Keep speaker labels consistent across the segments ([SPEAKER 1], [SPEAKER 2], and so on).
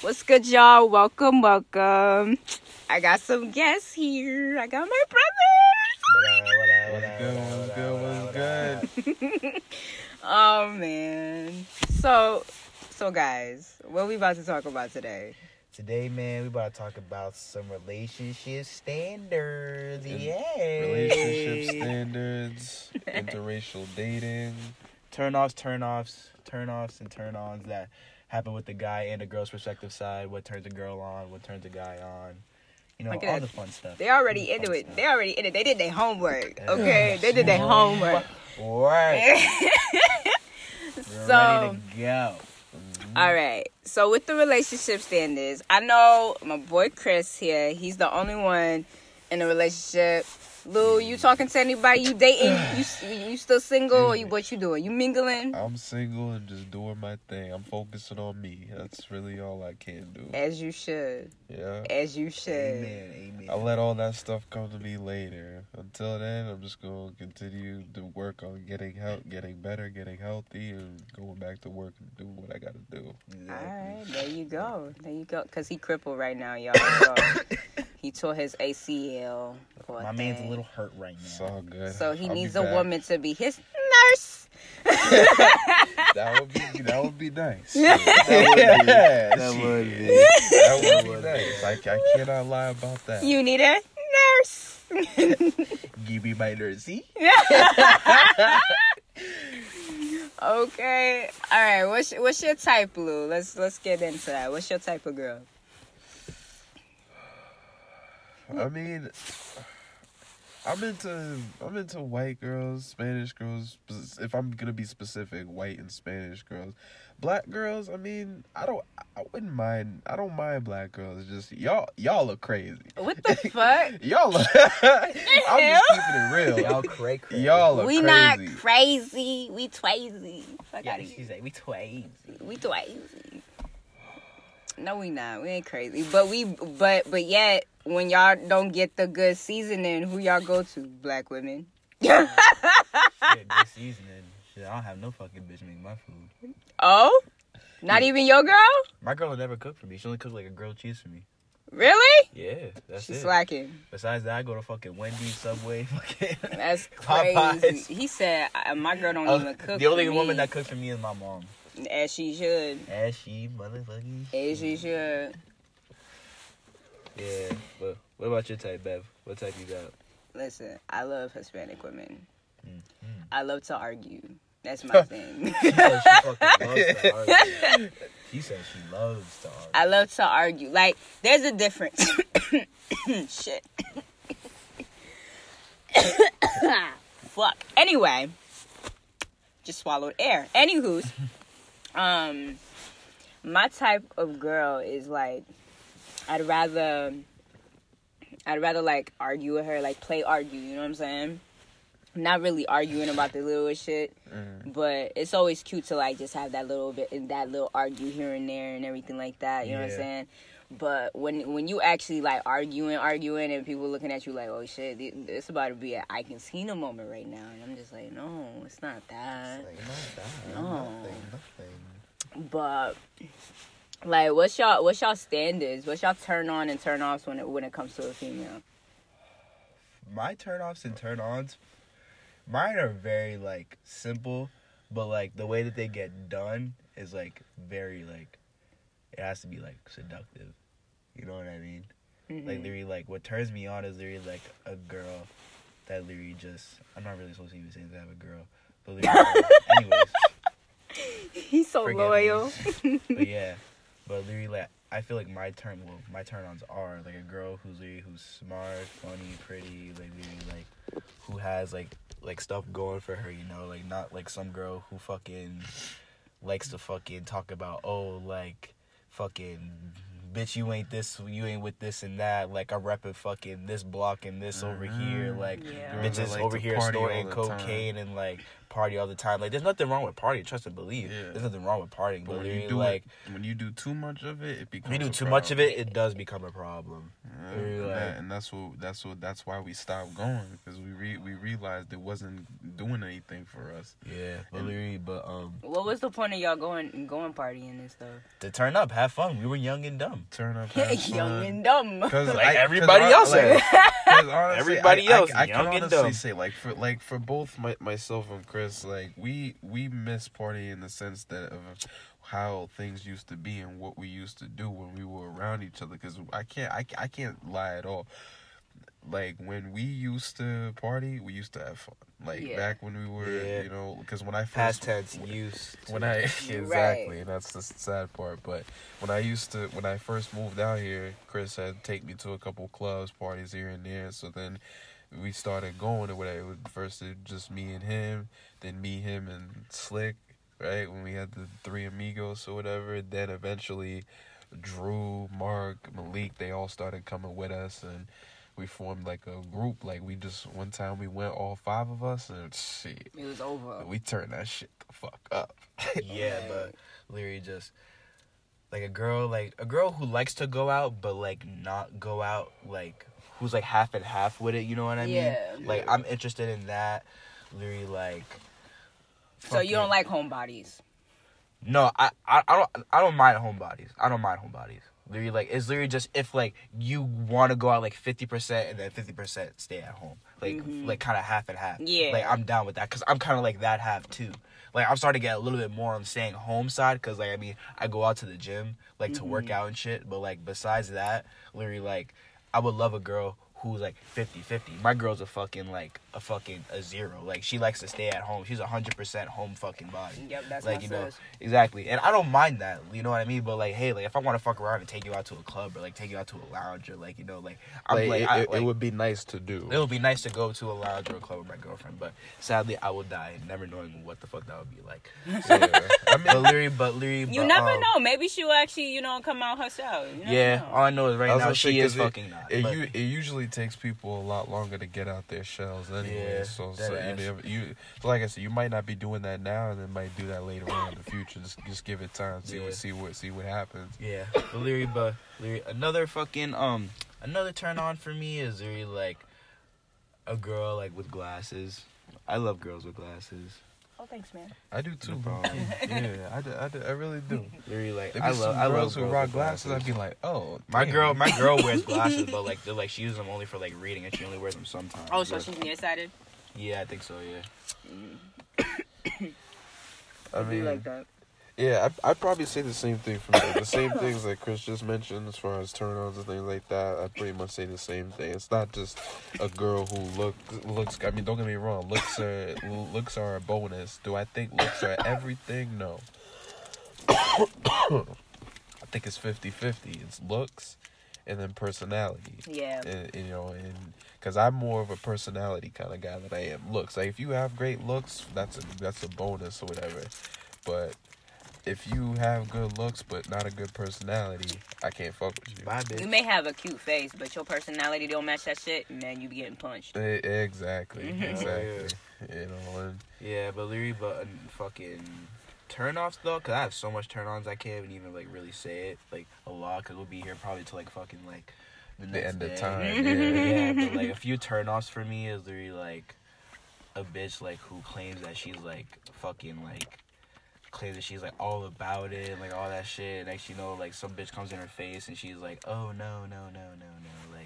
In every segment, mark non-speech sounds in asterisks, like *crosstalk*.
[SPEAKER 1] What's good, y'all? Welcome, welcome. I got some guests here. I got my brothers.
[SPEAKER 2] Good, what's good, what's good?
[SPEAKER 1] Oh man. So, so guys, what we about to talk about today?
[SPEAKER 3] Today, man, we about to talk about some relationship standards.
[SPEAKER 2] And
[SPEAKER 3] Yeah.
[SPEAKER 2] Relationship
[SPEAKER 1] *laughs*
[SPEAKER 2] standards, interracial dating.
[SPEAKER 3] Turn offs, turn offs, turn offs, and turn ons that happen with the guy and the girl's perspective side. What turns a girl on, what turns a guy on. You know,
[SPEAKER 1] Look at
[SPEAKER 3] all
[SPEAKER 1] that.
[SPEAKER 3] the fun stuff.
[SPEAKER 1] They already into it. They already in it. They did their homework. Okay, they did their homework.
[SPEAKER 3] Right.
[SPEAKER 1] *laughs*
[SPEAKER 3] We're
[SPEAKER 1] So-
[SPEAKER 3] ready to go.
[SPEAKER 1] All right. So with the relationship standards, I know my boy Chris here. He's the only one in a relationship. Lou, you talking to anybody? You dating? You s- you still single? Or you what you doing? You mingling?
[SPEAKER 2] I'm single and just doing my thing. I'm focusing on me. That's really all I can do.
[SPEAKER 1] As you should.
[SPEAKER 2] Yeah.
[SPEAKER 1] As you should.
[SPEAKER 3] Amen. Amen.
[SPEAKER 2] I let all that stuff come to me later. Until then, I'm just gonna continue to work on getting help, getting better, getting healthy, and going back to work and doing what I gotta do.
[SPEAKER 1] All
[SPEAKER 3] Exactly.
[SPEAKER 1] right. There you go. There you go. Cause he crippled right now, y'all. So he tore his ACL. Poor
[SPEAKER 3] My man's a
[SPEAKER 1] thing.
[SPEAKER 3] little hurt right now.
[SPEAKER 2] It's all good.
[SPEAKER 1] So he
[SPEAKER 2] I'll be
[SPEAKER 1] needs a
[SPEAKER 2] back.
[SPEAKER 1] woman to be his nurse.
[SPEAKER 2] That would be that would
[SPEAKER 1] *laughs*
[SPEAKER 2] be nice.
[SPEAKER 3] that
[SPEAKER 2] That
[SPEAKER 3] would be.
[SPEAKER 2] That would be nice. I, I cannot lie about that.
[SPEAKER 1] You need a nurse. *laughs*
[SPEAKER 3] Give me my jersey.
[SPEAKER 1] Okay. All right. What's what's your type, Lou? Let's let's get into that. What's your type of girl?
[SPEAKER 2] I mean, I'm into I'm into white girls, Spanish girls. sp- If I'm gonna be specific, white and Spanish girls, black girls. I mean, I don't. I wouldn't mind. I don't mind black girls. It's just y'all. Y'all are crazy.
[SPEAKER 1] What the fuck?
[SPEAKER 2] Y'all. Are, *laughs* I'm just keeping it real.
[SPEAKER 3] Y'all
[SPEAKER 2] Y'all.
[SPEAKER 3] cray cray.
[SPEAKER 2] Y'all are
[SPEAKER 1] we
[SPEAKER 2] crazy.
[SPEAKER 1] not crazy. We twazy. Fuck
[SPEAKER 3] Yeah,
[SPEAKER 1] outta here.
[SPEAKER 3] she's like, we twains.
[SPEAKER 1] We twazy. No, we not. We ain't crazy. But we but but yet when y'all don't get the good seasoning, who y'all go to? Black women.
[SPEAKER 3] Shit, good seasoning. Shit, I don't have no fucking bitch make my food.
[SPEAKER 1] *laughs* Oh? Not even your girl?
[SPEAKER 3] My girl will never cook for me. She only cook like a grilled cheese for me.
[SPEAKER 1] Really?
[SPEAKER 3] Yeah, that's
[SPEAKER 1] She's
[SPEAKER 3] it.
[SPEAKER 1] slacking.
[SPEAKER 3] Besides that, I go to fucking Wendy's, Subway, *laughs* fucking. *laughs*
[SPEAKER 1] That's
[SPEAKER 3] Popeyes.
[SPEAKER 1] crazy. He said uh, my girl don't
[SPEAKER 3] Uh,
[SPEAKER 1] even cook.
[SPEAKER 3] the only
[SPEAKER 1] for
[SPEAKER 3] woman
[SPEAKER 1] me,
[SPEAKER 3] that cooks for me is my mom.
[SPEAKER 1] as she should.
[SPEAKER 3] As she motherfucking.
[SPEAKER 1] As she should.
[SPEAKER 3] Yeah, but what about your type, Bev? What type
[SPEAKER 1] *laughs*
[SPEAKER 3] you got?
[SPEAKER 1] Listen, I love Hispanic women.
[SPEAKER 3] Mm.
[SPEAKER 1] I love to argue. That's
[SPEAKER 3] *laughs*
[SPEAKER 1] my thing. *laughs*
[SPEAKER 3] She said she fucking loves to argue. She said she loves to argue.
[SPEAKER 1] I love to argue. Like, there's a difference. *coughs* Shit. *coughs* Fuck. Anyway, just swallowed air. Anywho's, um, my type of girl is like, I'd rather, I'd rather like argue with her, like play argue. You know what I'm saying? Not really arguing about the littlest shit, but it's always cute to like just have that little bit, that little argue here and there and everything like that. You know what I'm
[SPEAKER 3] Yeah.
[SPEAKER 1] saying? But when when you actually like arguing, arguing, and people looking at you like, oh shit, th- it's about to be an I can see no moment right now, and I'm just like, no, it's not that.
[SPEAKER 3] Like, not that,
[SPEAKER 1] No.
[SPEAKER 3] Nothing, nothing.
[SPEAKER 1] But like, what's y'all what's y'all standards? What's y'all turn on and turn offs when it when it comes to a female?
[SPEAKER 3] my turnoffs and turn ons, mine are very like simple, but like the way that they get done is like very like it has to be like seductive. You know what I mean?
[SPEAKER 1] Mm-hmm.
[SPEAKER 3] Like literally like what turns me on is literally like a girl that literally just I'm not really supposed to even say that I have a girl. But literally, anyways.
[SPEAKER 1] He's so
[SPEAKER 3] Forgive
[SPEAKER 1] loyal.
[SPEAKER 3] me. but yeah, but literally, like, I feel like my turn, well, my turn ons are like a girl who's literally, who's smart, funny, pretty, like literally, like who has like like stuff going for her, you know, like not like some girl who fucking likes to fucking talk about oh like fucking bitch you ain't this you ain't with this and that like I'm repping fucking this block and this over here like
[SPEAKER 1] Yeah.
[SPEAKER 2] Girls that
[SPEAKER 3] bitches
[SPEAKER 2] like
[SPEAKER 3] over
[SPEAKER 2] to
[SPEAKER 3] here
[SPEAKER 2] party all
[SPEAKER 3] snorting
[SPEAKER 2] the time.
[SPEAKER 3] cocaine and like party all the time like there's nothing wrong with partying trust and believe
[SPEAKER 2] Yeah.
[SPEAKER 3] there's nothing wrong with partying
[SPEAKER 2] But
[SPEAKER 3] but
[SPEAKER 2] when you
[SPEAKER 3] literally
[SPEAKER 2] do
[SPEAKER 3] like
[SPEAKER 2] it, when you do too much of it, it becomes.
[SPEAKER 3] we do
[SPEAKER 2] a
[SPEAKER 3] too much of
[SPEAKER 2] problem.
[SPEAKER 3] it it does become a problem
[SPEAKER 2] Yeah,
[SPEAKER 3] Really,
[SPEAKER 2] and
[SPEAKER 3] like-
[SPEAKER 2] that- and that's what that's what that's why we stopped going because we re, we realized it wasn't doing anything for us.
[SPEAKER 3] Yeah, but literally, but um,
[SPEAKER 1] What was the point of y'all going going partying and stuff?
[SPEAKER 3] to turn up, have fun. We were young and dumb.
[SPEAKER 2] Turn up,
[SPEAKER 1] *laughs*
[SPEAKER 2] have
[SPEAKER 1] Young
[SPEAKER 2] fun.
[SPEAKER 1] and dumb.
[SPEAKER 3] *laughs*
[SPEAKER 2] Cause
[SPEAKER 3] Like
[SPEAKER 2] I- 'cause
[SPEAKER 3] everybody
[SPEAKER 2] I-
[SPEAKER 3] else
[SPEAKER 2] like-
[SPEAKER 3] is.
[SPEAKER 2] 'cause honestly,
[SPEAKER 3] Everybody
[SPEAKER 2] I,
[SPEAKER 3] else is
[SPEAKER 2] I, I,
[SPEAKER 3] young and
[SPEAKER 2] can honestly
[SPEAKER 3] dumb.
[SPEAKER 2] say, like for like for both my, myself and Chris, like we we miss party in the sense that of how things used to be and what we used to do when we were around each other. Because I can't I, I can't lie at all. Like when we used to party, we used to have fun. Like
[SPEAKER 1] Yeah.
[SPEAKER 2] back when we were,
[SPEAKER 3] Yeah.
[SPEAKER 2] you know, because when I first
[SPEAKER 3] Past tense,
[SPEAKER 2] *laughs*
[SPEAKER 3] used.
[SPEAKER 2] when I
[SPEAKER 1] Right.
[SPEAKER 2] exactly, and that's the sad part. But when I used to, when I first moved out here, Chris had take me to a couple clubs, parties here and there. So then we started going or whatever. It was first it was just me and him, then me, him, and Slick. Right when we had the three amigos or whatever. Then eventually, Drew, Mark, Malik, they all started coming with us and. We formed like a group, like we just one time we went all five of us and shit,
[SPEAKER 1] It was over.
[SPEAKER 2] we turned that shit the fuck up.
[SPEAKER 3] yeah, but literally just like a girl, like a girl who likes to go out, but like not go out, like who's like half and half with it. You know what I
[SPEAKER 1] Yeah.
[SPEAKER 3] mean? Like
[SPEAKER 2] Yeah.
[SPEAKER 3] I'm interested in that. Literally, like
[SPEAKER 1] So you
[SPEAKER 3] fucking-
[SPEAKER 1] don't like homebodies.
[SPEAKER 3] No, I, I I don't I don't mind homebodies. I don't mind homebodies. Literally, like it's literally just if like you want to go out like fifty percent and then fifty percent stay at home, like like kind of half and half.
[SPEAKER 1] Yeah.
[SPEAKER 3] like I'm down with that because I'm kind of like that half too. Like I'm starting to get a little bit more on staying home side because like I mean I go out to the gym like to work out and shit, but like besides that, literally like I would love a girl who's like 50-50. My girl's a fucking like a fucking a zero. Like she likes to stay at home. She's a hundred percent home fucking body.
[SPEAKER 1] Yep, that's
[SPEAKER 3] like
[SPEAKER 1] my
[SPEAKER 3] you know
[SPEAKER 1] sis.
[SPEAKER 3] exactly. And I don't mind that. You know what I mean? But like, hey, like if I want to fuck around and take you out to a club or like take you out to a lounge or like you know like I'm like, I, like, it would.
[SPEAKER 2] be nice to do.
[SPEAKER 3] be nice to go to a lounge or a club with my girlfriend, but sadly, I will die never knowing what the fuck that would be
[SPEAKER 1] *laughs*
[SPEAKER 3] like.
[SPEAKER 2] Yeah. I mean,
[SPEAKER 3] But Leary, but Leary,
[SPEAKER 1] You
[SPEAKER 3] but,
[SPEAKER 1] never
[SPEAKER 3] um,
[SPEAKER 1] know. Maybe she'll actually, you know, come out herself. You never
[SPEAKER 3] Yeah,
[SPEAKER 1] know.
[SPEAKER 3] all I know is
[SPEAKER 2] I
[SPEAKER 3] right
[SPEAKER 2] was
[SPEAKER 3] now
[SPEAKER 2] gonna say,
[SPEAKER 3] she is
[SPEAKER 2] 'cause it-
[SPEAKER 3] fucking not.
[SPEAKER 2] It,
[SPEAKER 3] but-
[SPEAKER 2] u- it usually takes people a lot longer to get out their shells anyway.
[SPEAKER 3] Yeah,
[SPEAKER 2] so,
[SPEAKER 3] that
[SPEAKER 2] so you,
[SPEAKER 3] ass.
[SPEAKER 2] never- you- so like I said, you might not be doing that now, and then might do that later on in the future. Just, just give it time. See
[SPEAKER 3] Yeah.
[SPEAKER 2] what see what see what happens.
[SPEAKER 3] Yeah, but Leary, but Leary, another fucking um, another turn on for me is Leary like a girl like with glasses. I love girls with glasses.
[SPEAKER 1] Oh, thanks, man.
[SPEAKER 2] I do too,
[SPEAKER 3] No
[SPEAKER 2] bro.
[SPEAKER 3] problem.
[SPEAKER 2] Mm. *laughs* yeah, I, do, I, do, I really do.
[SPEAKER 3] Leary like
[SPEAKER 2] There be
[SPEAKER 3] I love
[SPEAKER 2] some
[SPEAKER 3] I love
[SPEAKER 2] girls who
[SPEAKER 3] girls
[SPEAKER 2] rock
[SPEAKER 3] with
[SPEAKER 2] glasses. I'd be like, oh,
[SPEAKER 3] my
[SPEAKER 2] damn.
[SPEAKER 3] girl, my girl
[SPEAKER 2] *laughs*
[SPEAKER 3] wears glasses, but like they're like she uses them only for like reading, and she only wears them sometimes.
[SPEAKER 1] Oh, so
[SPEAKER 3] but-
[SPEAKER 1] she's nearsighted.
[SPEAKER 3] yeah, I think so. Yeah,
[SPEAKER 2] I mean,
[SPEAKER 1] that.
[SPEAKER 2] Yeah, I I probably say the same thing for me. The same things that Chris just mentioned, as far as turn ons and things like that. I pretty much say the same thing. It's not just a girl who looks looks. I mean, don't get me wrong. Looks are looks are a bonus. Do I think looks are everything? No. *coughs* I think it's 50-50. It's looks, and then personality.
[SPEAKER 1] Yeah.
[SPEAKER 2] And, and, uh, you know, and because I'm more of a personality kind of guy than I am looks. Like if you have great looks, that's a that's a bonus or whatever. But if you have good looks but not a good personality, I can't fuck with you.
[SPEAKER 3] bye,
[SPEAKER 1] You
[SPEAKER 3] bitch.
[SPEAKER 1] may have a cute face, but your personality don't match that shit, man. You be getting punched.
[SPEAKER 2] E- Exactly,
[SPEAKER 3] Mm-hmm.
[SPEAKER 1] Mhm.
[SPEAKER 2] exactly. You know, and
[SPEAKER 3] Yeah, but Leary, but um, fucking turn offs though, cause I have so much turn ons I can't even like really say it like a lot, cause we'll be here probably till like fucking like
[SPEAKER 2] the
[SPEAKER 3] next
[SPEAKER 2] end of
[SPEAKER 3] day. *laughs*
[SPEAKER 2] time.
[SPEAKER 3] yeah,
[SPEAKER 2] *laughs* Yeah.
[SPEAKER 3] but like a few turnoffs for me is literally like a bitch like who claims that she's like fucking like claims that she's like all about it, like all that shit. Next you know, like some bitch comes in her face and she's like, "Oh no, no, no,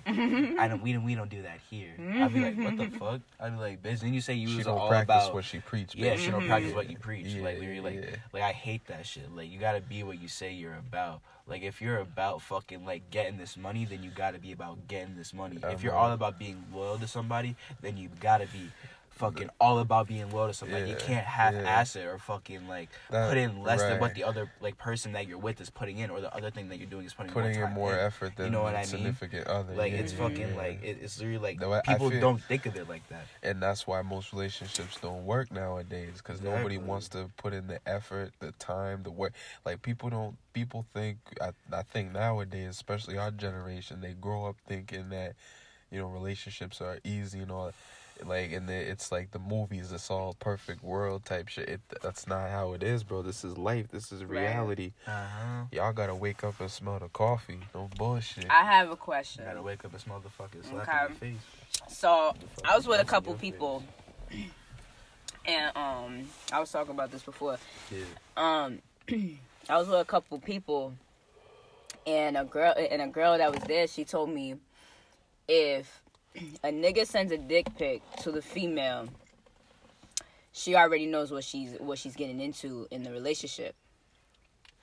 [SPEAKER 3] no, no!" Like I don't, we don't, we don't do that here. I'd be like,
[SPEAKER 2] *laughs*
[SPEAKER 3] "What the fuck?" I'd be like, "Bitch, then you say you
[SPEAKER 2] she
[SPEAKER 3] was
[SPEAKER 2] don't
[SPEAKER 3] all
[SPEAKER 2] practice
[SPEAKER 3] about
[SPEAKER 2] what she preach.
[SPEAKER 3] yeah, she don't
[SPEAKER 2] basically.
[SPEAKER 3] practice what you preach.
[SPEAKER 2] Yeah,
[SPEAKER 3] like literally, like
[SPEAKER 2] yeah.
[SPEAKER 3] like I hate that shit. Like you gotta be what you say you're about. Like if you're about fucking like getting this money, then you gotta be about getting this money.
[SPEAKER 2] I'm
[SPEAKER 3] if you're
[SPEAKER 2] right.
[SPEAKER 3] all about being loyal to somebody, then you gotta be fucking all about being loyal to somebody. you
[SPEAKER 2] Yeah,
[SPEAKER 3] can't half
[SPEAKER 2] yeah.
[SPEAKER 3] ass it or fucking like
[SPEAKER 2] That-
[SPEAKER 3] put in less than what
[SPEAKER 2] right.
[SPEAKER 3] the other like person that you're with is putting in or the other thing that you're doing is putting,
[SPEAKER 2] putting
[SPEAKER 3] more
[SPEAKER 2] in
[SPEAKER 3] time
[SPEAKER 2] more effort than
[SPEAKER 3] you know what
[SPEAKER 2] the
[SPEAKER 3] I mean?
[SPEAKER 2] significant other.
[SPEAKER 3] Like
[SPEAKER 2] yeah,
[SPEAKER 3] it's
[SPEAKER 2] yeah,
[SPEAKER 3] fucking
[SPEAKER 2] yeah.
[SPEAKER 3] like it, it's really like
[SPEAKER 2] The way I
[SPEAKER 3] people
[SPEAKER 2] feel-
[SPEAKER 3] don't think of it like that.
[SPEAKER 2] and that's why most relationships don't work nowadays because nobody
[SPEAKER 3] Exactly.
[SPEAKER 2] wants to put in the effort the time the work like people don't people think I, I think nowadays especially our generation they grow up thinking that you know relationships are easy and all like and the, it's like the movies it's all perfect world type shit it, that's not how it is bro this is life this is reality
[SPEAKER 3] Uh huh.
[SPEAKER 2] y'all gotta wake up and smell the coffee no bullshit
[SPEAKER 1] I have a question.
[SPEAKER 3] Gotta wake up this motherfucker slap in
[SPEAKER 1] Okay.
[SPEAKER 3] the face.
[SPEAKER 1] So I was with a
[SPEAKER 3] That's in
[SPEAKER 1] couple
[SPEAKER 3] your
[SPEAKER 1] people, and um, I was talking about this before.
[SPEAKER 3] Yeah.
[SPEAKER 1] Um, *clears throat* I was with a couple people, and a girl and a girl that was there. She told me if a nigga sends a dick pic to the female, she already knows what she's what she's getting into in the relationship.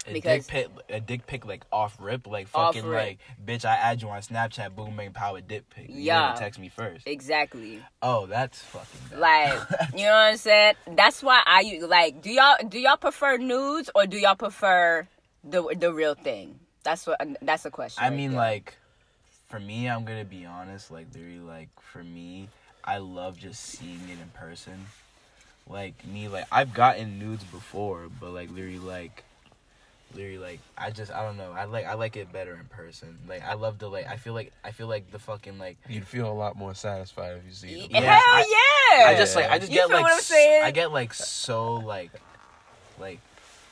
[SPEAKER 3] A
[SPEAKER 1] Because-
[SPEAKER 3] dick pic, a dick pic like off rip, like
[SPEAKER 1] Off
[SPEAKER 3] fucking
[SPEAKER 1] rip.
[SPEAKER 3] like, bitch, I add you on Snapchat, boom, bang, power dick pic. You
[SPEAKER 1] Yeah.
[SPEAKER 3] gotta text me first.
[SPEAKER 1] Exactly.
[SPEAKER 3] oh, that's fucking. Bad. *laughs*
[SPEAKER 1] Like, you know what I'm saying? That's why I u- like. Do y'all do y'all prefer nudes or do y'all prefer the the real thing? That's what that's a question.
[SPEAKER 3] I
[SPEAKER 1] right
[SPEAKER 3] mean,
[SPEAKER 1] there.
[SPEAKER 3] like, for me, I'm gonna be honest. Like, literally, like for me, I love just seeing it in person. Like me, like I've gotten nudes before, but like literally, like literally, like I just I don't know. I like I like it better in person. Like I love the like I feel like I feel like the fucking like
[SPEAKER 2] You'd feel a lot more satisfied if you see
[SPEAKER 1] Y-
[SPEAKER 2] it.
[SPEAKER 3] Yeah,
[SPEAKER 1] hell yeah!
[SPEAKER 3] I just like I just
[SPEAKER 1] You
[SPEAKER 3] get
[SPEAKER 1] feel
[SPEAKER 3] like
[SPEAKER 1] what I'm
[SPEAKER 3] s-
[SPEAKER 1] saying?
[SPEAKER 3] I get like so like like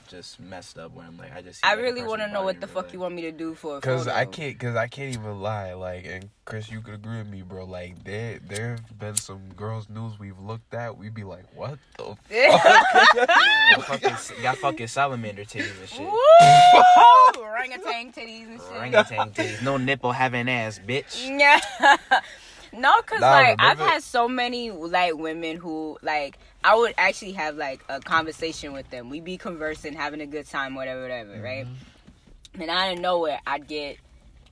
[SPEAKER 3] just messed up when I'm like I just see,
[SPEAKER 1] I
[SPEAKER 3] like, a
[SPEAKER 1] really
[SPEAKER 3] person's
[SPEAKER 1] want to know
[SPEAKER 3] body
[SPEAKER 1] what the
[SPEAKER 3] and
[SPEAKER 1] fuck
[SPEAKER 3] really-
[SPEAKER 1] you want me to do for a
[SPEAKER 2] Cause
[SPEAKER 1] photo. *laughs*
[SPEAKER 3] *laughs*
[SPEAKER 2] I can't, cause I can't even lie. Like, and Chris, you could agree with me, bro. Like, there, there have been some girls' news we've looked at. We'd be like, what the
[SPEAKER 3] Oh, got fucking, got fucking salamander titties and shit.
[SPEAKER 1] Woo! Orangutan titties and shit.
[SPEAKER 3] Orangutan titties, no nipple having ass, bitch.
[SPEAKER 1] Yeah. *laughs* no, cause
[SPEAKER 2] Nah,
[SPEAKER 1] like I've
[SPEAKER 2] remember-
[SPEAKER 1] had so many like women who like I would actually have like a conversation with them. We'd be conversing, having a good time, whatever, whatever,
[SPEAKER 2] Mm-hmm.
[SPEAKER 1] right? And out of nowhere, I'd get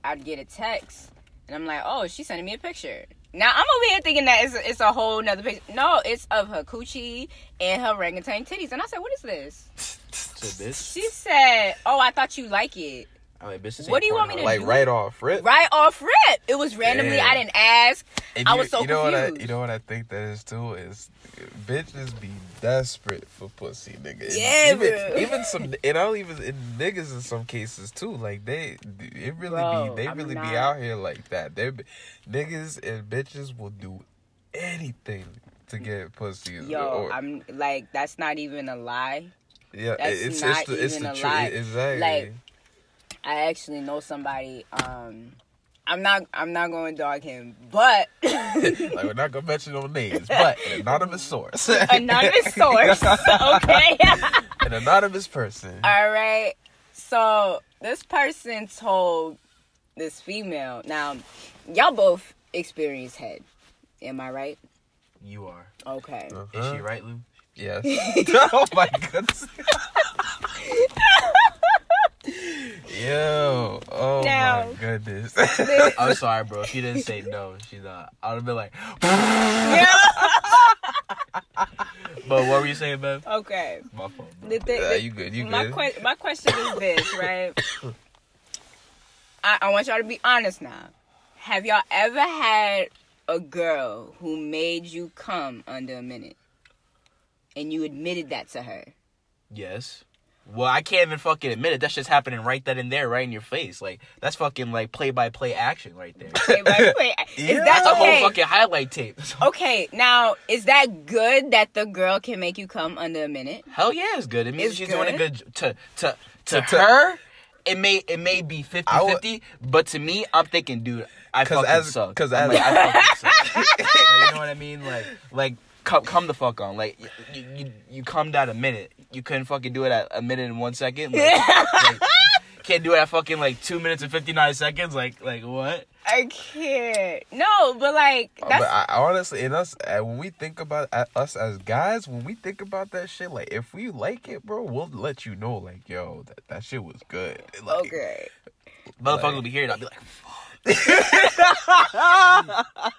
[SPEAKER 1] I'd get a text, and I'm like, oh, she's sending me a picture. Now I'm over here thinking that it's a, it's a whole nother picture. No, it's of her coochie and her orangutan titties. And I said, what is this?
[SPEAKER 3] So bitch.
[SPEAKER 1] She said, oh, I thought you like it.
[SPEAKER 3] I'm like, bitch, this
[SPEAKER 1] What
[SPEAKER 3] ain't
[SPEAKER 1] do you want me
[SPEAKER 3] Pornhub.
[SPEAKER 1] to
[SPEAKER 2] like
[SPEAKER 1] do-
[SPEAKER 2] right off, rip.
[SPEAKER 1] Right off rip, it was randomly.
[SPEAKER 2] Yeah.
[SPEAKER 1] I didn't ask.
[SPEAKER 2] And
[SPEAKER 1] I was so
[SPEAKER 2] you know What I,
[SPEAKER 1] confused.
[SPEAKER 2] you know what I think that is too is bitches be desperate for pussy, nigga. And
[SPEAKER 1] Yeah,
[SPEAKER 2] even,
[SPEAKER 1] bro.
[SPEAKER 2] even some, and I don't even and niggas in some cases too. Like they, it really
[SPEAKER 1] Bro,
[SPEAKER 2] be they
[SPEAKER 1] I'm
[SPEAKER 2] really
[SPEAKER 1] not-
[SPEAKER 2] be out here like that. They be- niggas and bitches will do anything to get pussy.
[SPEAKER 1] Yo,
[SPEAKER 2] or-
[SPEAKER 1] I'm like that's not even a lie.
[SPEAKER 2] yeah,
[SPEAKER 1] that's
[SPEAKER 2] it's
[SPEAKER 1] not
[SPEAKER 2] it's the it's
[SPEAKER 1] even
[SPEAKER 2] the
[SPEAKER 1] a
[SPEAKER 2] truth
[SPEAKER 1] lie.
[SPEAKER 2] exactly.
[SPEAKER 1] Like, I actually know somebody. Um, I'm not. I'm not going to dog him, but *laughs*
[SPEAKER 2] like we're not gonna mention no names, but an anonymous source, *laughs*
[SPEAKER 1] anonymous source. okay. *laughs*
[SPEAKER 2] an anonymous person.
[SPEAKER 1] All right. So this person told this female. Now, y'all both experience head. Am I right?
[SPEAKER 3] You are.
[SPEAKER 1] Okay.
[SPEAKER 3] Is
[SPEAKER 2] Uh-huh.
[SPEAKER 3] she right, Lou?
[SPEAKER 2] Yes.
[SPEAKER 1] *laughs*
[SPEAKER 2] oh my goodness. *laughs* Yo. Oh
[SPEAKER 1] No.
[SPEAKER 2] my goodness.
[SPEAKER 3] I'm sorry, bro. If you didn't say no, she's not. I would have been like,
[SPEAKER 2] Uh-huh.
[SPEAKER 3] but what were you saying, babe?
[SPEAKER 1] *laughs* okay.
[SPEAKER 3] My fault, bro.
[SPEAKER 1] The thing,
[SPEAKER 2] *laughs* Nah, you good? You
[SPEAKER 1] my
[SPEAKER 2] good?
[SPEAKER 1] que- my question is this,
[SPEAKER 2] *coughs*
[SPEAKER 1] right? I, I want y'all to be honest now. Have y'all ever had a girl who made you come under a minute, and you admitted that to her?
[SPEAKER 3] Yes. Well, I can't even fucking admit it. That's just happening right then and there, right in your face. Like that's fucking like play by play action right there.
[SPEAKER 1] Okay, wait,
[SPEAKER 2] *laughs*
[SPEAKER 1] wait, is
[SPEAKER 2] Yeah. Oh,
[SPEAKER 1] that
[SPEAKER 3] That's a
[SPEAKER 1] okay?
[SPEAKER 3] whole fucking highlight tape. *laughs*
[SPEAKER 1] okay, now is that good that the girl can make you come under a
[SPEAKER 2] *laughs*
[SPEAKER 1] minute?
[SPEAKER 3] Hell yeah, it's good. It means
[SPEAKER 1] It's
[SPEAKER 3] she's doing a
[SPEAKER 1] good.
[SPEAKER 3] good j- to to to,
[SPEAKER 2] to-
[SPEAKER 3] her. It may it may be 50
[SPEAKER 2] I would-
[SPEAKER 3] 50, but to me, I'm thinking, dude, I
[SPEAKER 2] 'Cause
[SPEAKER 3] fucking
[SPEAKER 2] as-
[SPEAKER 3] suck.
[SPEAKER 2] 'cause
[SPEAKER 3] I'm
[SPEAKER 2] as-
[SPEAKER 3] like, I
[SPEAKER 2] *laughs*
[SPEAKER 3] fucking suck. Like, you know what I mean? Like like come come the fuck on. Like y- you you, you come down a minute. You couldn't fucking do it at a minute and one second. Like, like, *laughs* can't do it at fucking like two minutes and fifty nine seconds. Like like what?
[SPEAKER 1] I can't. No, but like that's
[SPEAKER 2] Oh, Uh, But I, honestly, in us, uh, when we think about uh, us as guys, when we think about that shit, like if we like it, bro, we'll let you know. Like, yo, that, that shit was good. Like,
[SPEAKER 1] okay.
[SPEAKER 2] *laughs*
[SPEAKER 3] Motherfucker
[SPEAKER 2] Like-
[SPEAKER 3] will be here and I'll be like, fuck.
[SPEAKER 2] *laughs*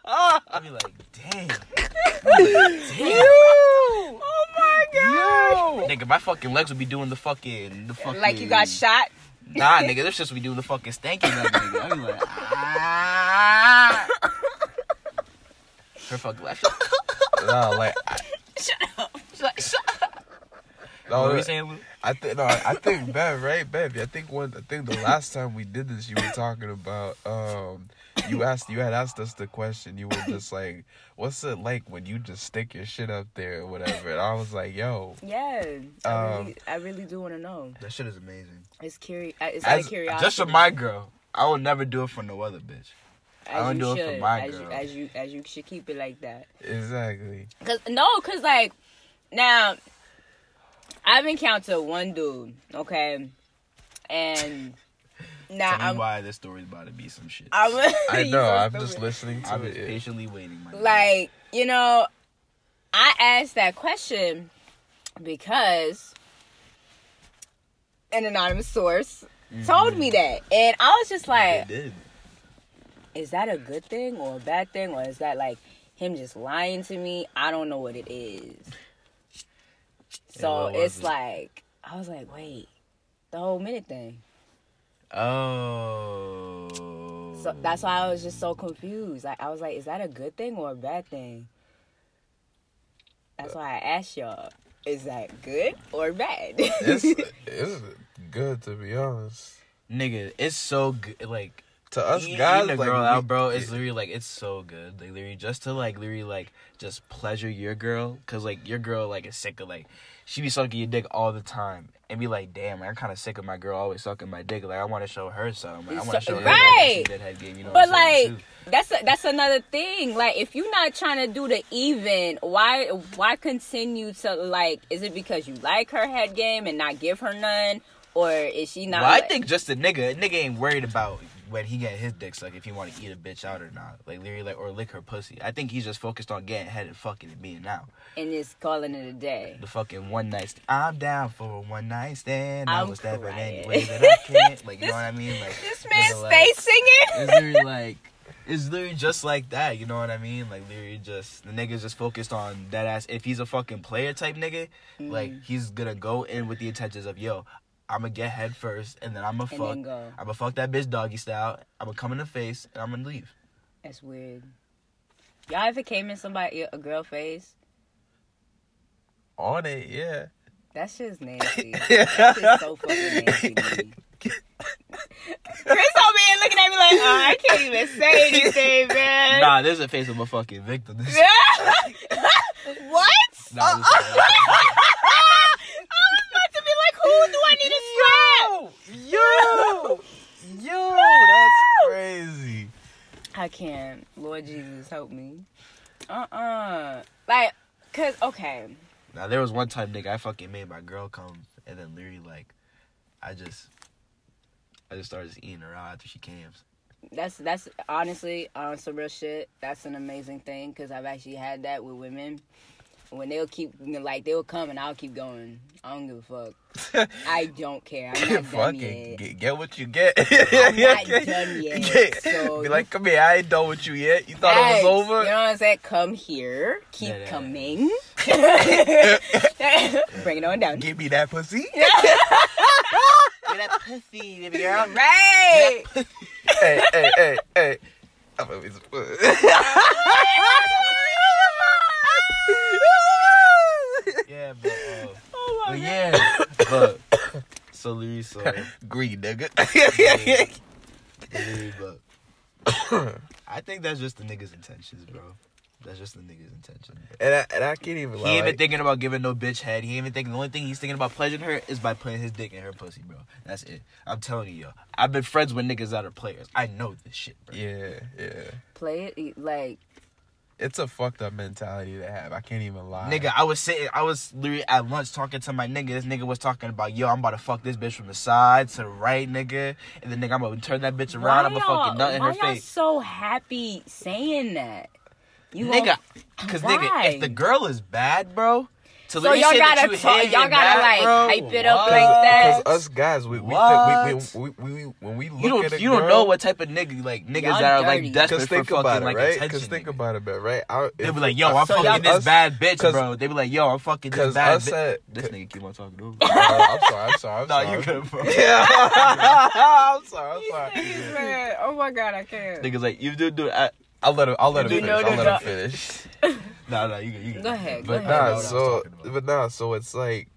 [SPEAKER 3] I'll be like, damn.
[SPEAKER 1] *laughs* Oh my
[SPEAKER 2] Yo.
[SPEAKER 3] Nigga, my fucking legs would be doing the fucking the fucking
[SPEAKER 1] Like you got shot.
[SPEAKER 3] Nah, nigga, this just be doing the fucking stanky leg, nigga. I'd be like, ah. Her fucking lash.
[SPEAKER 2] Nah, like, I, no,
[SPEAKER 3] what were you
[SPEAKER 2] like,
[SPEAKER 3] saying, Lou?
[SPEAKER 2] Oh, I think no, I think Bev, right, Bev. I think one, I think the last time we did this, you were talking about. um You asked, you had asked us the question. You were just like, "What's it like when you just stick your shit up there or whatever?" And I was like, "Yo,
[SPEAKER 1] Yeah, I,
[SPEAKER 2] Um,
[SPEAKER 1] really, I really do want to know.
[SPEAKER 3] That shit is amazing.
[SPEAKER 1] It's curi- uh, It's out
[SPEAKER 2] As-
[SPEAKER 1] of curiosity.
[SPEAKER 3] Just for my girl, I would never do it for no other bitch.
[SPEAKER 1] as
[SPEAKER 3] I don't
[SPEAKER 1] you
[SPEAKER 3] do it for
[SPEAKER 1] should,
[SPEAKER 3] my
[SPEAKER 1] as you,
[SPEAKER 3] girl.
[SPEAKER 1] as you as you should keep it like that.
[SPEAKER 2] exactly."
[SPEAKER 1] Cause no, cause like Now, I've encountered one dude, okay,
[SPEAKER 3] *laughs*
[SPEAKER 1] and now
[SPEAKER 3] Tell me
[SPEAKER 1] I'm.
[SPEAKER 3] why this story's about to be some shit.
[SPEAKER 1] I'm *laughs*
[SPEAKER 2] I
[SPEAKER 1] you
[SPEAKER 2] know.
[SPEAKER 1] so
[SPEAKER 2] I'm
[SPEAKER 1] stupid.
[SPEAKER 2] just listening
[SPEAKER 3] I
[SPEAKER 2] to
[SPEAKER 3] was
[SPEAKER 2] it.
[SPEAKER 3] patiently waiting. My
[SPEAKER 1] Like, you know, I asked that question because an anonymous source told
[SPEAKER 3] Mm-hmm.
[SPEAKER 1] me that. And I was just
[SPEAKER 3] man.
[SPEAKER 1] like,
[SPEAKER 3] They did.
[SPEAKER 1] is that a good thing or a bad thing? Or is that like him just lying to me? I don't know what it is. So
[SPEAKER 3] what was
[SPEAKER 1] it's
[SPEAKER 3] it?
[SPEAKER 1] like, I was like, wait, the whole minute thing.
[SPEAKER 3] Oh.
[SPEAKER 1] So that's why I was just so confused. Like, I was like, is that a good thing or a bad thing?
[SPEAKER 3] Uh,
[SPEAKER 1] That's why I asked y'all, is that good or bad? *laughs*
[SPEAKER 2] It's it's good to be honest.
[SPEAKER 3] nigga, it's so good. Like
[SPEAKER 2] To us
[SPEAKER 3] eating
[SPEAKER 2] guys,
[SPEAKER 3] a
[SPEAKER 2] like
[SPEAKER 3] girl
[SPEAKER 2] we-
[SPEAKER 3] out, bro. It's literally like it's so good. Like literally, just to like literally like just pleasure your girl, cause like your girl like is sick of like she be sucking your dick all the time, and be like, damn, like, I'm kind of sick of my girl always sucking my dick. Like I want to show her something. Like, I want to
[SPEAKER 1] So-
[SPEAKER 3] show her right.
[SPEAKER 1] right.
[SPEAKER 3] that head game. You know,
[SPEAKER 1] But
[SPEAKER 3] what I'm saying,
[SPEAKER 1] like that's a, that's another thing. Like if you're not trying to do the even, why why continue to like? Is it because you like her head game and not give her none, or is she
[SPEAKER 3] too.
[SPEAKER 1] not?
[SPEAKER 3] well, I
[SPEAKER 1] like-
[SPEAKER 3] think just a nigga, a nigga ain't worried about when he get his dick sucked if he want to eat a bitch out or not. Like literally, like or lick her pussy. I think he's just focused on getting head and fucking and being out.
[SPEAKER 1] and just calling it a day.
[SPEAKER 3] the fucking one night. St- I'm down for a one night stand. I
[SPEAKER 1] I'm
[SPEAKER 3] was that, but
[SPEAKER 1] crying.
[SPEAKER 3] anyway, that I can't. Like
[SPEAKER 1] *laughs*
[SPEAKER 3] you know
[SPEAKER 1] This-
[SPEAKER 3] what I mean? Like
[SPEAKER 1] This
[SPEAKER 3] nigga,
[SPEAKER 1] man
[SPEAKER 3] like,
[SPEAKER 1] stays singing.
[SPEAKER 3] It's literally like it's literally just like that. You know what I mean? Like literally just the nigga's just focused on that ass. If he's a fucking player type nigga, like
[SPEAKER 1] Mm.
[SPEAKER 3] he's gonna go in with the intentions of yo. I'm gonna get head first, and then I'm gonna
[SPEAKER 1] And
[SPEAKER 3] fuck.
[SPEAKER 1] then
[SPEAKER 3] I'm
[SPEAKER 1] go.
[SPEAKER 3] gonna fuck that bitch doggy style. I'm gonna come in the face, and I'm gonna leave.
[SPEAKER 1] That's weird. Y'all ever came in somebody a girl face?
[SPEAKER 2] on it, yeah.
[SPEAKER 1] That shit's
[SPEAKER 3] *laughs*
[SPEAKER 1] nasty. that shit's so fucking nasty. dude. Chris over here looking at me like, oh, I can't even say anything, man.
[SPEAKER 3] Nah, there's a face of a fucking victim.
[SPEAKER 1] *laughs*
[SPEAKER 3] This-
[SPEAKER 1] what?
[SPEAKER 3] nah,
[SPEAKER 1] *laughs*
[SPEAKER 3] this is-
[SPEAKER 1] I was about to be like, who do I need to slap?
[SPEAKER 2] Yo, yo, that's crazy.
[SPEAKER 1] I can't. Lord Jesus, help me. Uh uh Like, cause okay,
[SPEAKER 3] Now there was one time, nigga, I fucking made my girl come, and then literally like, I just, I just started just eating her out after she came.
[SPEAKER 1] that's that's honestly on some real shit. That's an amazing thing because I've actually had that with women. When they'll keep like they'll come and I'll keep going. I don't give a fuck.
[SPEAKER 2] *laughs*
[SPEAKER 1] I don't care. I'm not done
[SPEAKER 2] Fucking
[SPEAKER 1] yet.
[SPEAKER 2] get, get what you get. *laughs*
[SPEAKER 1] I'm not done yet.
[SPEAKER 2] Get-
[SPEAKER 1] So
[SPEAKER 2] be
[SPEAKER 1] you
[SPEAKER 2] like, come here, I ain't done with you yet. You thought
[SPEAKER 1] Facts.
[SPEAKER 2] it was over?
[SPEAKER 1] You know what I'm saying? Come here. Keep
[SPEAKER 3] Yeah, yeah, yeah.
[SPEAKER 1] coming.
[SPEAKER 3] *laughs*
[SPEAKER 1] *laughs* Bring it on down.
[SPEAKER 2] Give me that pussy.
[SPEAKER 3] Get that pussy, baby
[SPEAKER 1] All right. *laughs*
[SPEAKER 2] hey, hey, hey, hey. I'm always.
[SPEAKER 3] *laughs* Yeah, but, uh,
[SPEAKER 1] Oh
[SPEAKER 3] but
[SPEAKER 1] my God.
[SPEAKER 3] yeah, but so literally, so *laughs*
[SPEAKER 2] Green nigga.
[SPEAKER 3] literally, but *coughs* I think that's just the nigga's intentions, bro. That's just the nigga's intention.
[SPEAKER 2] and, I, and I can't even
[SPEAKER 3] He
[SPEAKER 2] lie.
[SPEAKER 3] ain't even
[SPEAKER 2] like-
[SPEAKER 3] thinking about giving no bitch head. He ain't even thinking. The only thing he's thinking about pleasuring her is by putting his dick in her pussy, bro. That's it. I'm telling you, yo. I've been friends with niggas that are players. I know this shit, bro.
[SPEAKER 2] yeah, yeah.
[SPEAKER 1] Play it e, like
[SPEAKER 2] It's a fucked up mentality to have. I can't even lie.
[SPEAKER 3] Nigga, I was sitting, I was literally at lunch talking to my nigga. This nigga was talking about, yo, I'm about to fuck this bitch from the side to the right, nigga. And then, nigga, I'm gonna turn that bitch around. I'm gonna
[SPEAKER 1] y'all-
[SPEAKER 3] fucking nut in her
[SPEAKER 1] why y'all
[SPEAKER 3] face.
[SPEAKER 1] so happy saying that? You
[SPEAKER 3] Nigga,
[SPEAKER 1] gon-
[SPEAKER 3] because,
[SPEAKER 1] Why?
[SPEAKER 3] nigga, if
[SPEAKER 1] *laughs*
[SPEAKER 3] the girl is bad, bro, to
[SPEAKER 1] so
[SPEAKER 3] literally
[SPEAKER 1] y'all
[SPEAKER 3] say that
[SPEAKER 1] gotta
[SPEAKER 3] you
[SPEAKER 1] talk,
[SPEAKER 3] hit
[SPEAKER 1] y'all
[SPEAKER 3] and
[SPEAKER 1] gotta
[SPEAKER 3] that,
[SPEAKER 1] like
[SPEAKER 3] bro,
[SPEAKER 1] hype it up
[SPEAKER 3] what?
[SPEAKER 1] like that.
[SPEAKER 2] Because us guys, we we, think,
[SPEAKER 3] What?
[SPEAKER 2] we, we, we, we when we look
[SPEAKER 3] You
[SPEAKER 2] at a
[SPEAKER 3] don't, you don't
[SPEAKER 2] girl-
[SPEAKER 3] know what type of nigga, like, niggas
[SPEAKER 1] Y'all
[SPEAKER 3] that are,
[SPEAKER 1] dirty.
[SPEAKER 3] like,
[SPEAKER 2] 'cause
[SPEAKER 3] desperate for
[SPEAKER 2] think
[SPEAKER 3] fucking,
[SPEAKER 2] about it,
[SPEAKER 3] like,
[SPEAKER 2] right?
[SPEAKER 3] attention.
[SPEAKER 2] think
[SPEAKER 3] nigga.
[SPEAKER 2] about it, but right? I,
[SPEAKER 3] They'd
[SPEAKER 2] if-
[SPEAKER 3] be like, yo, I'm
[SPEAKER 2] so
[SPEAKER 3] fucking
[SPEAKER 2] y'all-
[SPEAKER 3] this
[SPEAKER 2] us- *laughs*
[SPEAKER 3] bad bitch,
[SPEAKER 2] 'cause-
[SPEAKER 3] bro. They'd be like, yo, I'm fucking this
[SPEAKER 2] 'cause
[SPEAKER 3] bad
[SPEAKER 2] us
[SPEAKER 3] bitch.
[SPEAKER 2] at-
[SPEAKER 3] This nigga keep on talking
[SPEAKER 2] *laughs*
[SPEAKER 3] over.
[SPEAKER 2] Oh, I'm sorry, I'm sorry,
[SPEAKER 3] *laughs*
[SPEAKER 2] I'm
[SPEAKER 3] Nah,
[SPEAKER 2] sorry.
[SPEAKER 3] you good, bro.
[SPEAKER 2] Yeah, I'm sorry, I'm
[SPEAKER 1] These
[SPEAKER 2] sorry.
[SPEAKER 3] *laughs*
[SPEAKER 1] niggas, man. Oh my god, I can't.
[SPEAKER 3] Niggas like, you do, do, I,
[SPEAKER 2] I'll let him. I'll let him
[SPEAKER 1] You
[SPEAKER 2] finish.
[SPEAKER 1] know
[SPEAKER 2] I'll
[SPEAKER 1] the
[SPEAKER 2] let him
[SPEAKER 1] dro-
[SPEAKER 2] finish.
[SPEAKER 3] No, no, you can. You can.
[SPEAKER 1] Go ahead, go
[SPEAKER 2] But
[SPEAKER 1] ahead.
[SPEAKER 2] nah, so but nah, so it's like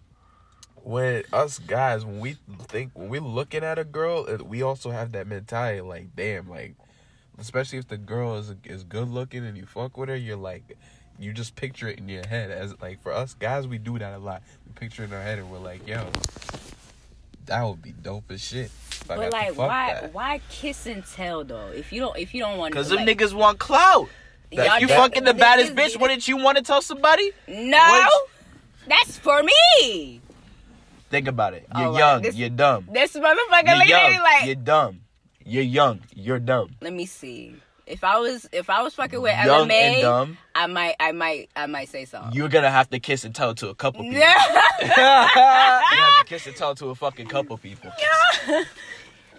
[SPEAKER 2] when us guys when we think when we're looking at a girl, it- we also have that mentality like, damn, like especially if the girl is is good looking and you fuck with her, you're like. You just picture it in your head as like for us guys we do that a lot. We picture it in our head and we're like, yo, that would be dope as shit. if I got
[SPEAKER 1] But
[SPEAKER 2] to
[SPEAKER 1] like,
[SPEAKER 2] fuck
[SPEAKER 1] why
[SPEAKER 2] that.
[SPEAKER 1] why kiss and tell though? If you don't if you don't want
[SPEAKER 3] Cause
[SPEAKER 1] to,
[SPEAKER 3] them
[SPEAKER 1] like,
[SPEAKER 3] niggas want clout.
[SPEAKER 1] y'all
[SPEAKER 3] you
[SPEAKER 1] just-
[SPEAKER 3] fucking the
[SPEAKER 1] niggas
[SPEAKER 3] baddest
[SPEAKER 1] be-
[SPEAKER 3] bitch. Wouldn't you want to tell somebody?
[SPEAKER 1] No,
[SPEAKER 3] What?
[SPEAKER 1] That's for me.
[SPEAKER 3] Think about it. You're
[SPEAKER 1] Alright,
[SPEAKER 3] young.
[SPEAKER 1] Oh, this-
[SPEAKER 3] You're dumb.
[SPEAKER 1] This motherfucker
[SPEAKER 3] You're
[SPEAKER 1] lady
[SPEAKER 3] young.
[SPEAKER 1] like
[SPEAKER 3] You're dumb. You're young. You're dumb.
[SPEAKER 1] Let me see. If I was if I was fucking with
[SPEAKER 3] Young and
[SPEAKER 1] LMA,
[SPEAKER 3] dumb.
[SPEAKER 1] I might I might I might say *laughs* something.
[SPEAKER 3] You're gonna have to kiss and tell to a couple people.
[SPEAKER 1] Yeah. *laughs*
[SPEAKER 3] you have to kiss and tell to a fucking couple people.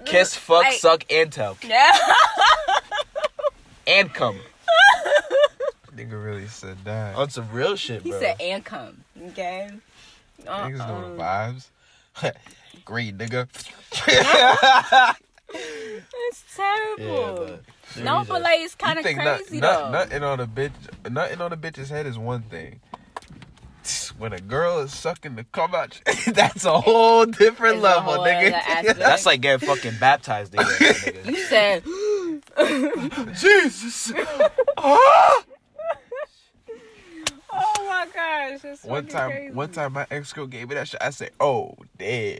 [SPEAKER 3] Kiss, fuck,
[SPEAKER 1] Like-
[SPEAKER 3] suck, and tell.
[SPEAKER 1] Yeah.
[SPEAKER 3] And come.
[SPEAKER 2] Nigga really said that.
[SPEAKER 3] On some real shit,
[SPEAKER 1] He
[SPEAKER 3] bro.
[SPEAKER 1] said and come. Okay.
[SPEAKER 2] Niggas know
[SPEAKER 1] Uh-uh.
[SPEAKER 2] the vibes. *laughs* Green nigga.
[SPEAKER 1] That's terrible.
[SPEAKER 3] yeah, but
[SPEAKER 1] no, but like it's kind
[SPEAKER 2] You
[SPEAKER 1] of
[SPEAKER 2] think
[SPEAKER 1] crazy
[SPEAKER 2] nut-
[SPEAKER 1] though.
[SPEAKER 2] nut- Nothing on a bitch, nothing on a bitch's head is one thing. *sniffs* When a girl is sucking the cum out, *laughs* that's a whole different
[SPEAKER 1] It's a
[SPEAKER 2] level,
[SPEAKER 1] whole
[SPEAKER 2] *laughs*
[SPEAKER 1] other aspect.
[SPEAKER 3] *laughs*
[SPEAKER 2] nigga.
[SPEAKER 3] that's like getting fucking
[SPEAKER 1] *laughs*
[SPEAKER 3] baptized again.
[SPEAKER 1] you
[SPEAKER 3] nigga. *laughs*
[SPEAKER 1] said *laughs* oh
[SPEAKER 2] Jesus. Ah!
[SPEAKER 1] Oh my gosh, it's
[SPEAKER 2] one
[SPEAKER 1] fucking
[SPEAKER 2] time,
[SPEAKER 1] crazy.
[SPEAKER 2] one time, my ex girl gave me that shit. I said, "Oh damn!"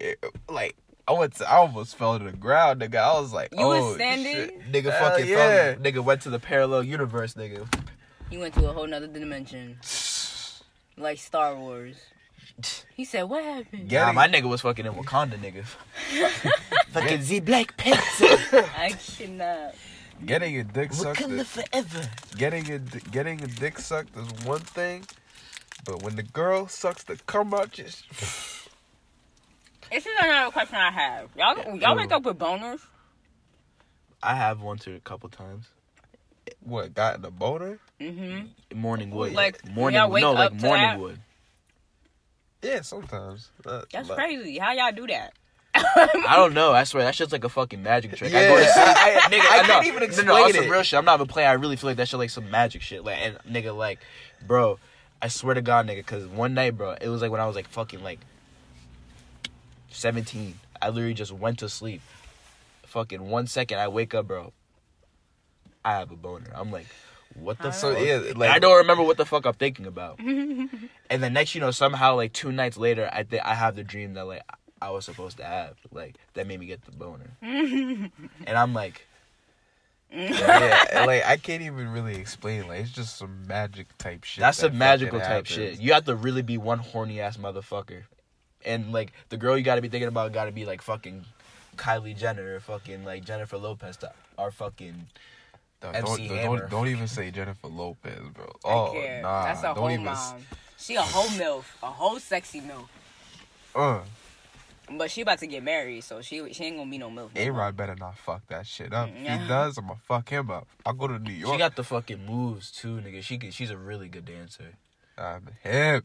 [SPEAKER 2] Like I went, to, I almost fell to the ground, nigga. I was like,
[SPEAKER 1] You
[SPEAKER 2] "Oh
[SPEAKER 1] was standing?
[SPEAKER 2] shit."
[SPEAKER 3] Nigga
[SPEAKER 2] Hell
[SPEAKER 3] fucking
[SPEAKER 2] yeah.
[SPEAKER 3] yeah. Nigga went to the parallel universe, nigga.
[SPEAKER 1] you went to a whole nother
[SPEAKER 3] *sighs*
[SPEAKER 1] dimension, like Star
[SPEAKER 3] *laughs*
[SPEAKER 1] Wars. He said, "What happened?"
[SPEAKER 2] Getting-
[SPEAKER 3] Nah, my nigga was fucking in Wakanda, nigga. fucking Z Black Panther.
[SPEAKER 1] I cannot.
[SPEAKER 2] Getting your dick sucked,
[SPEAKER 3] Wakanda
[SPEAKER 2] is,
[SPEAKER 3] forever.
[SPEAKER 2] getting your di- getting your dick sucked is one thing, but when the girl sucks the cum out, just
[SPEAKER 1] This is another question I have. Y'all, y'all wake up with boners?
[SPEAKER 3] I have one to a couple times.
[SPEAKER 2] what got in the boner?
[SPEAKER 1] Mm-hmm.
[SPEAKER 3] Morning wood.
[SPEAKER 1] Like,
[SPEAKER 3] morning
[SPEAKER 1] y'all wake
[SPEAKER 3] no, like
[SPEAKER 1] up to
[SPEAKER 3] morning
[SPEAKER 1] that?
[SPEAKER 3] wood.
[SPEAKER 2] Yeah, sometimes. Uh,
[SPEAKER 1] That's
[SPEAKER 2] *laughs* like-
[SPEAKER 1] crazy. How y'all do that?
[SPEAKER 3] *laughs* I don't know. I swear that shit's like a fucking magic trick. I
[SPEAKER 2] Yeah.
[SPEAKER 3] go to sleep,
[SPEAKER 2] *laughs* I- I-
[SPEAKER 3] nigga.
[SPEAKER 2] I
[SPEAKER 3] I, know.
[SPEAKER 2] can't even
[SPEAKER 3] no, no, on
[SPEAKER 2] explain
[SPEAKER 3] some
[SPEAKER 2] it.
[SPEAKER 3] real shit. I'm not even playing. I really feel like that shit like some magic shit. Like and nigga, like, bro, I swear to God, nigga, because one night, bro, it was like when I was like fucking like 17. I literally just went to sleep. Fucking one second, I wake up, bro. I have a boner. I'm like, what the
[SPEAKER 2] So,
[SPEAKER 3] fuck?
[SPEAKER 2] yeah,
[SPEAKER 3] And
[SPEAKER 2] like-
[SPEAKER 3] I don't remember what the fuck I'm thinking about. and the next, you know, somehow like two nights later, I think I have the dream that like I was supposed to have, like that made me get the boner. and I'm like,
[SPEAKER 2] yeah, and, like I can't even really explain. Like it's just some magic type shit.
[SPEAKER 3] that's
[SPEAKER 2] that
[SPEAKER 3] a magical
[SPEAKER 2] fucking
[SPEAKER 3] type
[SPEAKER 2] happens.
[SPEAKER 3] shit. You have to really be one horny ass motherfucker, and like the girl you got to be thinking about got to be like fucking Kylie Jenner or fucking like Jennifer Lopez to, or fucking
[SPEAKER 2] No,
[SPEAKER 3] MC
[SPEAKER 2] don't, don't,
[SPEAKER 3] Hammer.
[SPEAKER 2] don't, don't even say Jennifer Lopez, bro.
[SPEAKER 1] I
[SPEAKER 2] Oh
[SPEAKER 1] care.
[SPEAKER 2] nah,
[SPEAKER 1] That's a
[SPEAKER 2] don't
[SPEAKER 1] whole
[SPEAKER 2] even. s-
[SPEAKER 1] mom. She a whole milf, a whole sexy milf.
[SPEAKER 2] Uh,
[SPEAKER 1] But she about to get married, so she she ain't gonna be no milf.
[SPEAKER 2] A Rod better not fuck that shit up. If
[SPEAKER 1] Mm, Yeah.
[SPEAKER 2] he does, I'ma fuck him up. I'll go to New
[SPEAKER 3] she
[SPEAKER 2] York.
[SPEAKER 3] got the fucking moves too, nigga. She could, she's a really good dancer.
[SPEAKER 2] I'm hip.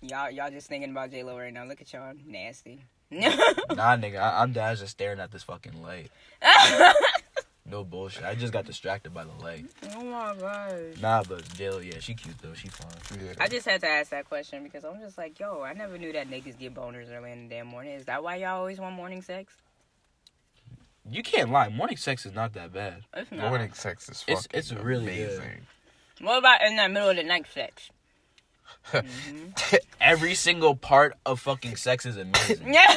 [SPEAKER 1] Y'all y'all just thinking about J Lo right now. Look at y'all, *laughs* nasty. Oh
[SPEAKER 3] Nah, nigga, I, I'm I was just staring at this fucking light. no bullshit. I just got distracted by the light.
[SPEAKER 1] Oh my gosh.
[SPEAKER 3] Nah, but Jayla, yeah, she cute though. She fine.
[SPEAKER 2] Yeah.
[SPEAKER 1] I just had to ask that question because I'm just like, yo, I never knew that niggas get boners early in the damn morning. Is that why y'all always want morning sex?
[SPEAKER 3] You can't lie. Morning sex is not that bad.
[SPEAKER 1] It's not.
[SPEAKER 2] Morning sex is fucking
[SPEAKER 3] It's- it's really good.
[SPEAKER 2] amazing.
[SPEAKER 1] What about in the middle of the night sex? *laughs*
[SPEAKER 3] Every single part of fucking sex
[SPEAKER 1] *laughs*
[SPEAKER 3] is amazing.
[SPEAKER 1] Yeah.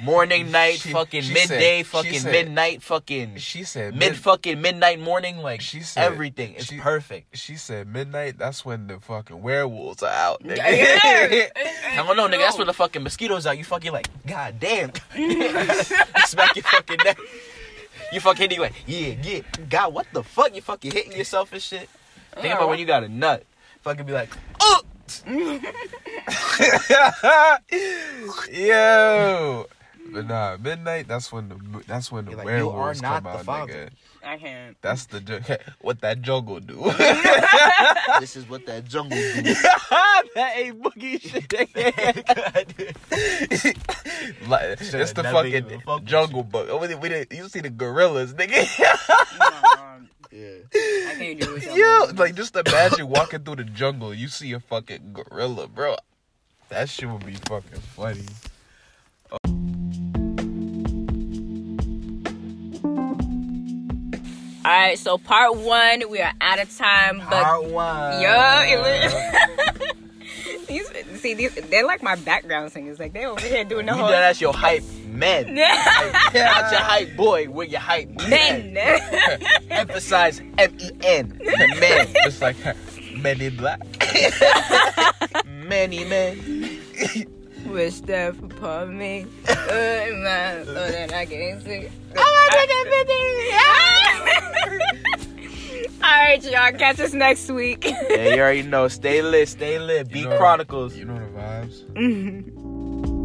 [SPEAKER 3] Morning, night,
[SPEAKER 2] She-
[SPEAKER 3] fucking
[SPEAKER 2] she said-
[SPEAKER 3] midday,
[SPEAKER 2] she
[SPEAKER 3] fucking
[SPEAKER 2] said-
[SPEAKER 3] midnight, fucking
[SPEAKER 2] She said
[SPEAKER 3] mid fucking midnight morning. Like
[SPEAKER 2] She said-
[SPEAKER 3] everything. It's
[SPEAKER 2] she-
[SPEAKER 3] perfect.
[SPEAKER 2] She said midnight. That's when the fucking werewolves
[SPEAKER 1] *laughs*
[SPEAKER 2] are out. Nigga.
[SPEAKER 3] I don't know, nigga. That's when the fucking mosquitoes out. You fucking like, god damn. *laughs* Smack your fucking neck. You fucking hitting you like, yeah, yeah. God, what the fuck? You fucking hitting yourself and shit. Think about when you got a nut. Fucking be like, *laughs* oh.
[SPEAKER 2] *laughs* Yo. But nah, midnight. That's when the that's when the
[SPEAKER 3] You're like, you are
[SPEAKER 2] werewolves
[SPEAKER 3] not
[SPEAKER 2] come
[SPEAKER 3] the
[SPEAKER 2] out,
[SPEAKER 3] father.
[SPEAKER 2] nigga.
[SPEAKER 1] I can't.
[SPEAKER 2] That's the ju- *laughs* what that jungle do.
[SPEAKER 3] *laughs*
[SPEAKER 2] *laughs*
[SPEAKER 3] this is what that jungle *laughs* do.
[SPEAKER 2] that ain't boogie shit. like, it's the
[SPEAKER 3] never even
[SPEAKER 2] fucking
[SPEAKER 3] fucked with
[SPEAKER 2] jungle book. Oh, We, didn't- we didn't, you see the gorillas, nigga. *laughs*
[SPEAKER 1] I
[SPEAKER 3] *laughs* yeah.
[SPEAKER 1] can't do it.
[SPEAKER 2] *laughs* Yo, like just imagine walking through the jungle, you see a fucking gorilla, bro. That shit would be fucking funny.
[SPEAKER 1] All right, so part one, we are out of time, but
[SPEAKER 3] Part one.
[SPEAKER 1] yo, it was. *laughs* these see these they're like my background singers. Like they over here doing the
[SPEAKER 3] You
[SPEAKER 1] whole. *laughs*
[SPEAKER 3] know that's your hype man. Not your hype boy, we're your hype
[SPEAKER 1] *laughs*
[SPEAKER 3] man.
[SPEAKER 1] Men.
[SPEAKER 3] Emphasize
[SPEAKER 2] E
[SPEAKER 3] M E N. Man.
[SPEAKER 2] It's like men in black. many men.
[SPEAKER 1] With stuff upon me. Uh, my, so that I can see. Oh my goodness. *laughs* Alright, y'all. Catch us next week. *laughs*
[SPEAKER 3] Yeah, you already know. Stay lit, stay lit. Be
[SPEAKER 2] You know-
[SPEAKER 3] Chronicles.
[SPEAKER 2] You know the vibes.
[SPEAKER 1] Mhm.